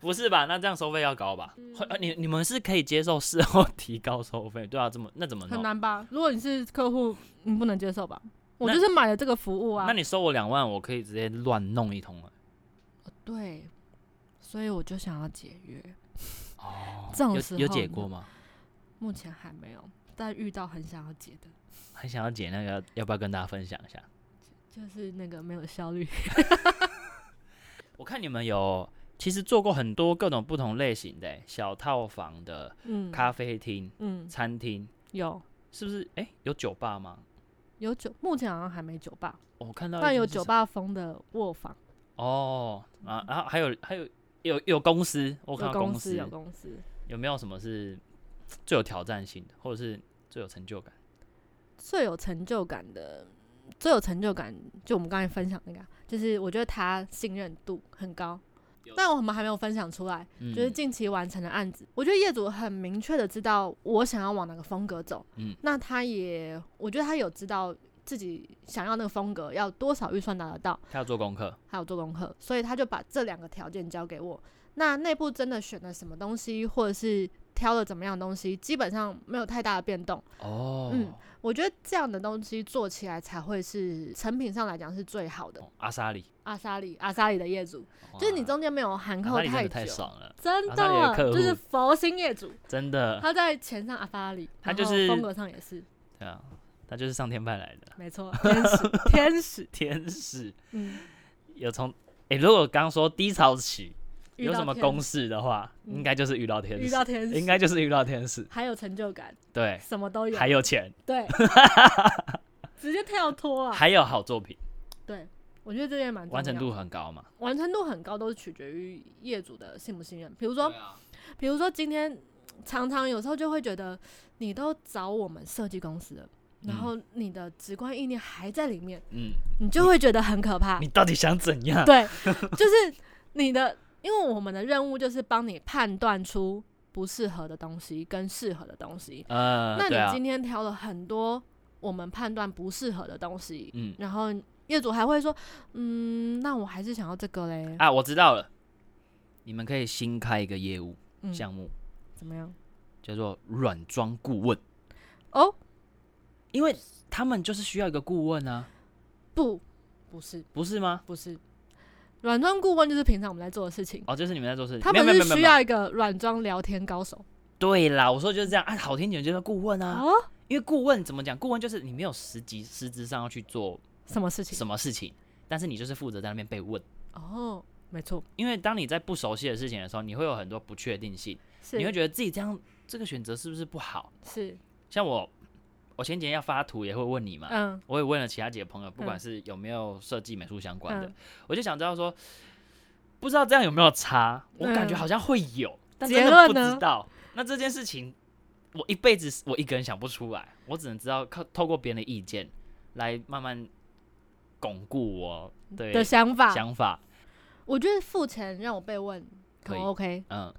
不是吧？那这样收费要高吧？嗯会呃你你们是可以接受事后提高收费，对啊，这么那怎么很弄？难吧？如果你是客户，你不能接受吧？我那就是买了这个服务啊那。你收我两万，我可以直接乱弄一通了。呃对，所以我就想要解约，哦这种时有候有解过吗？目前还没有，但遇到很想要解的，很想要解那个，要不要跟大家分享一下？就是那个没有效率。 [LAUGHS] 我看你们有其实做过很多各种不同类型的欸小套房的嗯，咖啡厅、嗯餐厅，有是不是？哎、有酒吧吗？有酒，目前好像还没酒吧，我看到一但间有呃是酒什么吧啊风的卧房，哦啊，然后还有还有有有公司，我看有到公司有公司，有没有什么是最有挑战性的，或者是最有成就感？最有成就感的，最有成就感就我们刚才分享那个啊，就是我觉得他信任度很高，但我们还没有分享出来。嗯就是近期完成的案子，我觉得业主很明确的知道我想要往哪个风格走，嗯那他也，我觉得他有知道自己想要那个风格要多少预算达得到，他要做功课，还有做功课，所以他就把这两个条件交给我。那内部真的选了什么东西，或者是挑了怎么样的东西，基本上没有太大的变动。哦，嗯我觉得这样的东西做起来才会是成品上来讲是最好的。哦阿莎里，阿莎里，阿莎里的业主，就是你哇中间没有含阿扣莎里真的太太久，爽了，真阿莎里的客户就是佛心业主。真的，他在钱上阿法里，他然后就是风格上也是，对啊，他就是上天派来的 [LAUGHS] 没错，天使，天使，天使，嗯，有从哎、如果刚说低潮期，遇有到什么天公式的话，嗯应该就是遇到天遇使到，天使，应该就是遇到天使。还有成就感，对，什么都有，还有钱， [LAUGHS] 对，直接跳脱啊！还有好作品，对，我觉得这件蛮重要完成度很高嘛。完成度很高，都是取决于业主的信不信任。比如说对，啊，比如说今天常常有时候就会觉得，你都找我们设计公司了，然嗯后你的直观意念还在里面，嗯，你就会觉得很可怕你。到底想怎样？对，就是你的，因为我们的任务就是帮你判断出不适合的东西跟适合的东西。呃，那对你啊今，天挑了很多我们判断不适合的东西，嗯然后业主还会说，嗯，那我还是想要这个嘞，啊，我知道了，你们可以新开一个业务嗯，项目，怎么样？叫做软装顾问，哦，因为他们就是需要一个顾问啊，不，不是，不是吗？不是，软装顾问就是平常我们在做的事情，哦，就是你们在做事情，他没有们没有没是有需没有要一个软装聊天高手对啦，我说就是这样啊，好听点就是顾问啊，哦，因为顾问怎么讲？顾问就是你没有实际实质上要去做什么事情？什么事情，但是你就是负责在那边被问。哦，没错，因为当你在不熟悉的事情的时候，你会有很多不确定性，是你会觉得自己这样这个选择是不是不好？是，像我，我前几天要发图也会问你嘛，嗯我也问了其他几个朋友，不管嗯是有没有设计美术相关的，嗯我就想知道说，不知道这样有没有差？我感觉嗯好像会有，但真结的论不知呢道。那这件事情，我一辈子我一个人想不出来，我只能知道靠透过别人的意见来慢慢巩固我对的想法，想法。我觉得付钱让我被问可可以能 OK，嗯，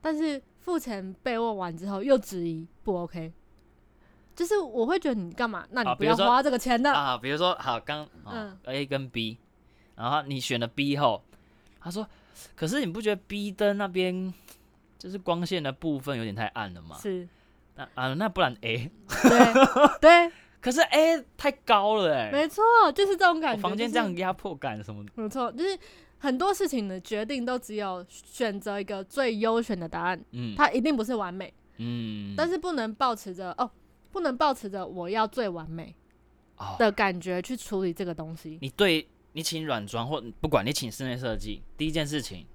但是付钱被问完之后又质疑不 OK，就是我会觉得你干嘛？那啊你不比如要说花这个钱的，啊，比如说好，刚、啊嗯 A 跟 B，然后你选了 B 后，他说，可是你不觉得 B 灯那边就是光线的部分有点太暗了吗？是，那啊，那不然 A， [LAUGHS] 对对，可是 A 太高了 [LAUGHS] 哎、没错，就是这种感我觉。房间就是这样压迫感什么的，没错，就是很多事情的决定都只有选择一个最优选的答案，嗯它一定不是完美，嗯，但是不能抱持着哦，不能抱持着我要最完美哦，的感觉去处理这个东西。你对你请软装或不管你请室内设计，第一件事情，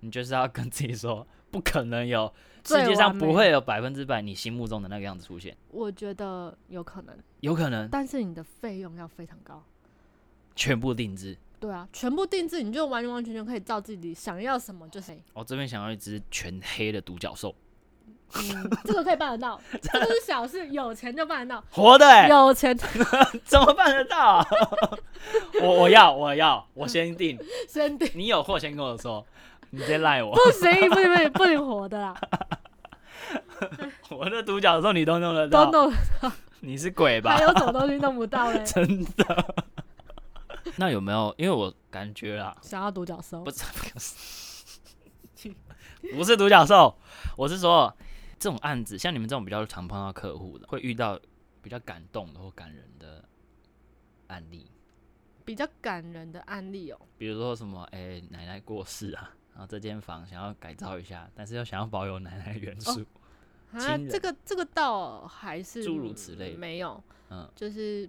你就是要跟自己说，不可能有世最界上完美不会有百分之百你心目中的那个样子出现，我觉得有可能，有可能但是你的费用要非常高。全部定制。对啊，全部定制，你就完完全全可以照自己想要什么就谁。我这边想要一只全黑的独角 [LAUGHS] 兽，嗯，这个可以办得到，这都是小事，有钱就办得到。活的、欸，有钱怎么办得到、 [LAUGHS] 啊？我我要我要，我先定，先定，你有货先跟我说，你直接赖我。不行，不行，不行，不行活的啦， [LAUGHS] 我的独角兽你都弄得都到，弄，哎你是鬼吧？还？有什么东西弄不到嘞真的？那有没有？因为我感觉啦，想要独角兽不，是 [LAUGHS] 不是独角兽，我是说这种案子，像你们这种比较常碰到客户的，会遇到比较感动的或感人的案例，比较感人的案例哦、比如说什么，哎、奶奶过世啊。然后这间房想要改造一下，但是又想要保有奶奶的元素，亲啊，人这个这个倒还是诸如此类的没有，嗯，就是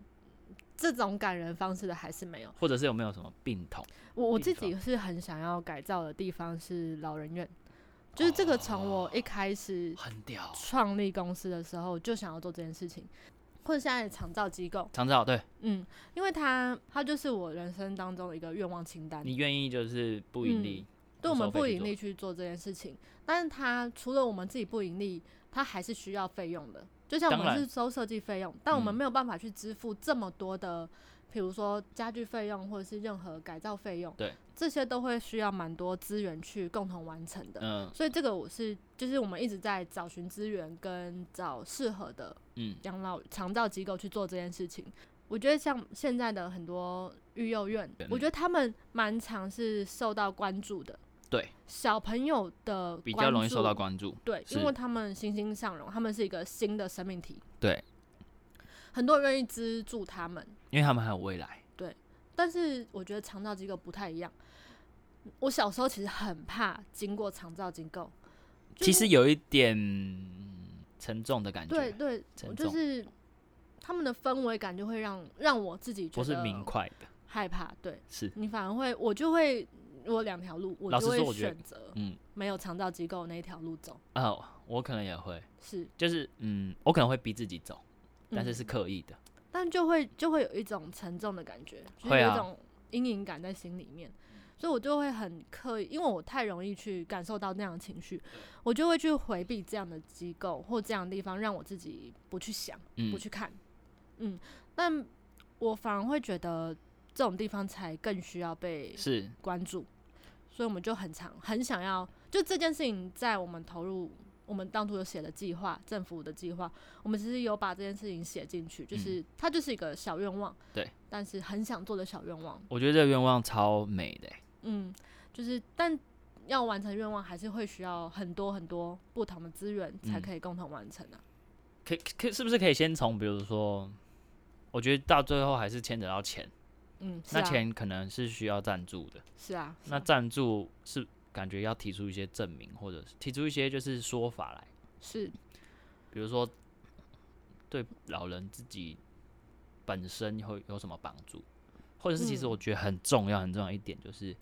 这种感人方式的还是没有。或者是有没有什么病痛？我我地自方己是很想要改造的地方是老人院，就是这个从哦我一开始很屌，创立公司的时候就想要做这件事情，或者现在的长照机构，常照对嗯，因为它它就是我人生当中一个愿望清单，你愿意就是不盈利，对我不收们费不去盈利去做这件事情，但是它除了我们自己不盈利，它还是需要费用的。就像我当们然是收设计费用，但我们嗯没有办法去支付这么多的，比如说家具费用或者是任何改造费用，对，这些都会需要蛮多资源去共同完成的。嗯所以这个我是，就是我们一直在找寻资源跟找适合的嗯养老长照机构去做这件事情。我觉得像现在的很多育幼院对，我觉得他们蛮常是受到关注的。对，小朋友的比较容易注受到。关注，对，是因为他们欣欣向荣，他们是一个新的生命体，对，很多人愿意资助他们。因为他们还有未来。但是我觉得长照机构不太一样。我小时候其实很怕经过长照机构，就是其实有一点嗯沉重的感觉，对对，沉我重，就是他们的氛围感就会让让我自己觉不是得明快的，害怕，对。是你反而会，我就会我两条路，我老就实说会我觉得选择嗯没有长照机构那一条路走。哦，我可能也会，是，就是嗯，我可能会逼自己走，但是嗯是刻意的。但就会就会有一种沉重的感觉，就是会有啊一种阴影感在心里面，所以我就会很刻意，因为我太容易去感受到那样的情绪，我就会去回避这样的机构或这样的地方，让我自己不去想、嗯不去看，嗯，但我反而会觉得这种地方才更需要被是关注，所以我们就很常很想要，就这件事情在我们投入我们当初有写的计划，政府的计划，我们其实有把这件事情写进去，就是、它就是一个小愿望，嗯对，但是很想做的小愿望，我觉得这个愿望超美的欸、嗯，就是但要完成愿望还是会需要很多很多不同的资源才嗯可以共同完成啊，可以可以是不是可以先从，比如说，我觉得到最后还是牵扯到钱，嗯，是那啊，钱可能是需要赞助的，是啊，是那啊赞助是感觉要提出一些证明，或者是提出一些就是说法来，是比如说对老人自己本身会有什么帮助，或者是其实嗯我觉得很重要很重要一点就是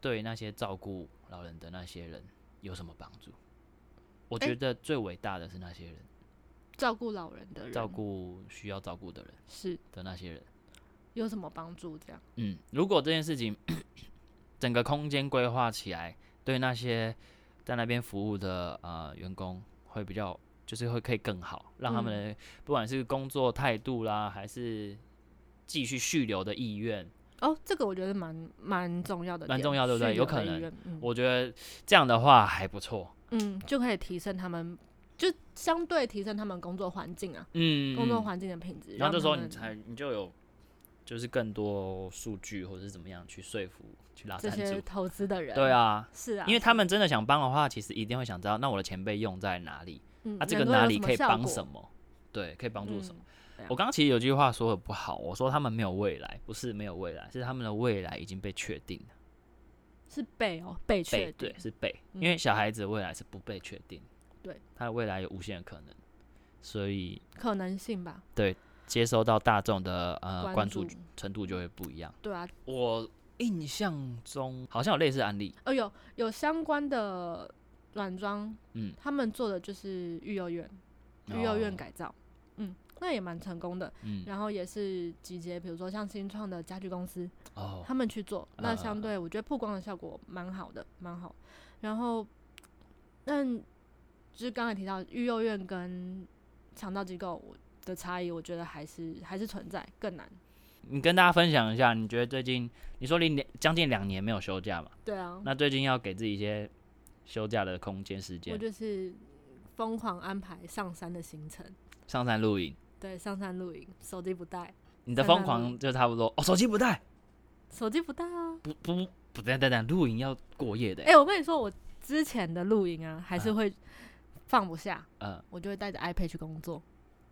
对那些照顾老人的那些人有什么帮助。我哎觉得最伟大的是那些人，照顾老人的人，照顾需要照顾的人是的那些人。有什么帮助这样，嗯，如果这件事情整个空间规划起来，对那些在那边服务的呃员工会比较，就是会可以更好，让他们嗯的、不管是工作态度啦，还是继续续留的意愿，哦，这个我觉得蛮蛮重要的点，蛮重要对不对续有留可的意能愿，嗯我觉得这样的话还不错。嗯，就可以提升他们，就相对提升他们工作环境啊，嗯，工作嗯环境的品质。然后这时候让他你们才你就有就是更多数据或者是怎么样去说服去拉这赞些助，投资的人，对，啊，是啊，因为是他们真的想帮的话，其实一定会想知道，那我的钱被用在哪里。嗯啊，这个能够有哪什里么可以效帮果什么？对，可以帮助什么？？嗯我刚刚其实有句话说的不好，我说他们没有未来，不是没有未来，是他们的未来已经被确定了。是被哦，被确被定对，是被，因嗯为小孩子的未来是不被确定，对，他的未来有无限的可能，所以可能性吧，接收到大众的呃关关注程度就会不一样。对啊，我印象中好像有类似案例，哦有有相关的软装，嗯，他们做的就是育幼院，育幼院哦，改造，嗯，那也蛮成功的，嗯，然后也是集结，比如说像新创的家具公司，哦，他们去做，嗯那嗯相嗯对我觉得曝光的效果蛮好的，蛮好。然后，但就是刚才提到育幼院跟肠道机构我的差异，我觉得还是还是存在，更难。你跟大家分享一下，你觉得最近你说你两将近两年没有休假嘛？对啊，那最近要给自己一些休假的空间时我间，就是疯狂安排上山的行程，上山露营。对，上山露营，手机不带，你的上山疯露狂营就差不多哦，手机不带，手机不带啊。不不不，等一下等等，露营要过夜的哎、欸，我跟你说，我之前的露营啊，还是嗯会放不下，呃，我就会带着 iPad 去工作，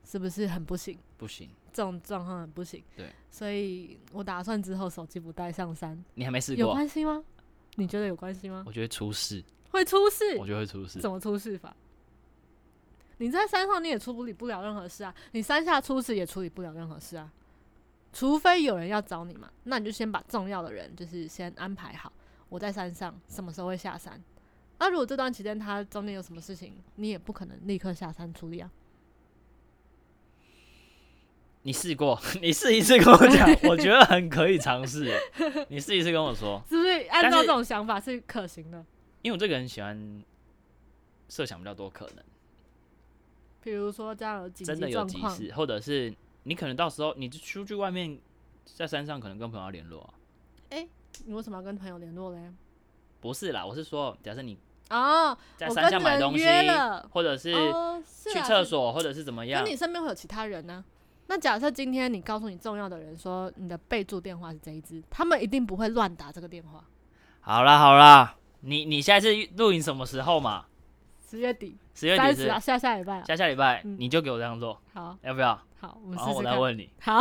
是不是很不行？不行，这种状况很不行。对，所以我打算之后手机不带上山，你还没试有过，关系吗？你觉得有关系吗？我觉得出事，会出事我？觉得会出事，怎么出事法？你在山上你也处理不了任何事啊，你山下出事也处理不了任何事啊，除非有人要找你嘛，那你就先把重要的人就是先安排好，我在山上什么时候会下山。那如果这段期间他中间有什么事情，你也不可能立刻下山处理啊。你试过， [LAUGHS] 你试一次跟我 [LAUGHS] 讲，我觉得很可以尝试欸，你试一次跟我说，是不是按但照是这种想法是可行的？因为我这个人喜欢设想比较多可能，比如说这样有紧真的急有状急况，事，或者是你可能到时候你就出去外面，在山上可能跟朋友联络啊、你为什么要跟朋友联络嘞？不是啦，我是说，假设你哦，在我山下跟买人东西约了，或者是哦，是去啊厕，是所，或者是怎么样可，你身边会有其他人呢、那假设今天你告诉你重要的人说你的备注电话是这一支，他们一定不会乱打这个电话。好啦好啦，你你下一次露营什么时候嘛？十月底，十月底三是十啊，下下礼拜啊。下下礼拜、嗯你就给我这样做，好要不要？好，我们然试后试我再看。问你，好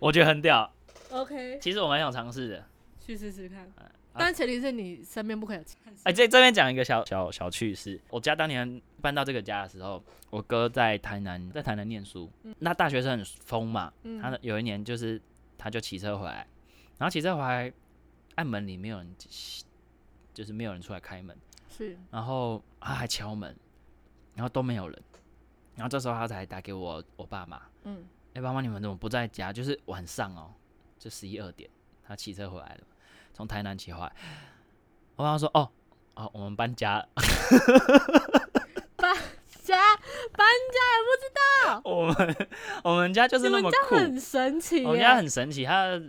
我觉得很屌。 ，OK，其实我蛮想尝试的。去试试呃看。啊但前提是你身边不可以有其他人。哎、这这边讲一个小小小趣事。我家当年搬到这个家的时候，我哥在台南，在台南念书。那大学生很疯嘛，嗯他有一年就是他就骑车回来，然后骑车回来按门铃，没有人，就是没有人出来开门，是然后他还敲门，然后都没有人，然后这时候他才打给我我爸妈，嗯哎、爸妈，你们怎么不在家？就是晚上哦，就十一二点，他骑车回来了，从台南骑回来。我爸妈说，哦，哦，我们搬家了， [LAUGHS] 家搬我们我们家就是你那们么家酷，很神奇耶，我们家很神奇。他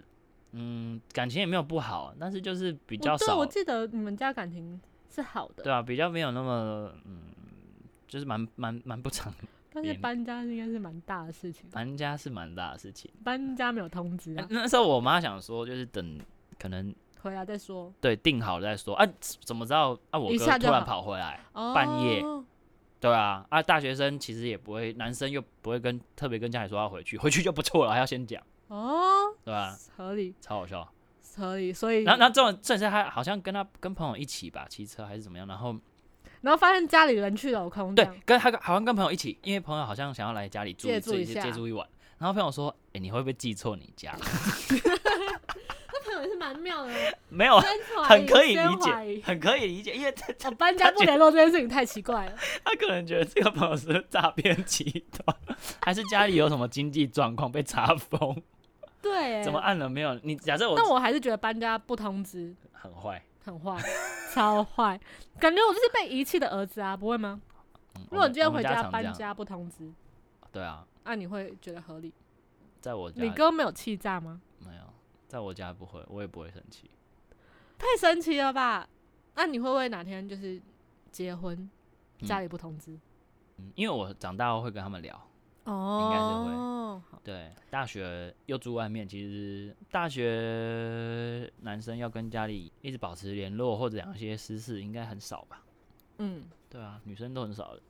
嗯，感情也没有不好，但是就是比比较哦对，少我，记得你们家感情是好的，对啊，比较没有那么嗯，就是蛮蛮蛮不常 [LAUGHS] 但是连搬家应该是蛮大的事情，搬家是蛮大的事情。搬家没有通知啊，那时候我妈想说，就是等可能回来再说。对定好了再说啊，怎么知道啊？我一哥下就突然好跑回来。哦，半夜对啊，啊，大学生其实也不会，男生又不会跟特别跟家里说要回去，回 [LAUGHS] 去就不错了，还要先讲，哦，对吧、合理超好笑。合理，所以然后，然后这种，这是他好像跟他跟朋友一起吧，骑车还是怎么样？然后然后发现家里人去楼空，这对样，跟他好像跟朋友一起，因为朋友好像想要来家里住借住住一下借住一晚。然后朋友说：“哎、你会不会记错你家那朋友也是蛮妙的，？”没有， [LAUGHS] 先怀疑哦很可以先理怀疑解，很可以理解，因为他 [LAUGHS] 我哦搬家不联络这件事情太奇怪了，他可能觉得这个朋友是诈骗集团，还是家里有什么经济状况被查封， [LAUGHS] 对，怎么？按了没有？你假设我但我还是觉得搬家不通知很坏，很坏，超坏，感觉我就是被遗弃的儿子啊，不会吗？嗯如果你今天我回们我们家常这搬样家不通知，对啊，那你会觉得合理？在我家你哥没有气炸吗？没有，在我家不会，我也不会生气。太神奇了吧？那你会不会哪天就是结婚，嗯家里不通知？嗯，因为我长大后会跟他们聊。哦，好对，大学又住外面，其实大学男生要跟家里一直保持联络或者讲一些私事，应该很少吧？嗯，对啊，女生都很少的，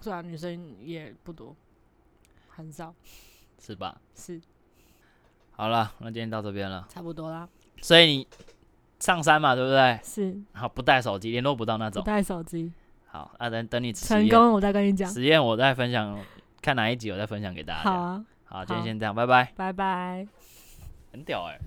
虽然女生也不多，很少，是吧？是好了，那今天到这边了。差不多啦，所以你上山嘛，对不对？是好，不带手机，联络不到那不种。带手机，好，啊，等等你实成验，功我再跟你讲。实验我再分享，看哪一集我再分享给大家。好啊，好，今天好先这样，拜拜。拜拜。很屌哎、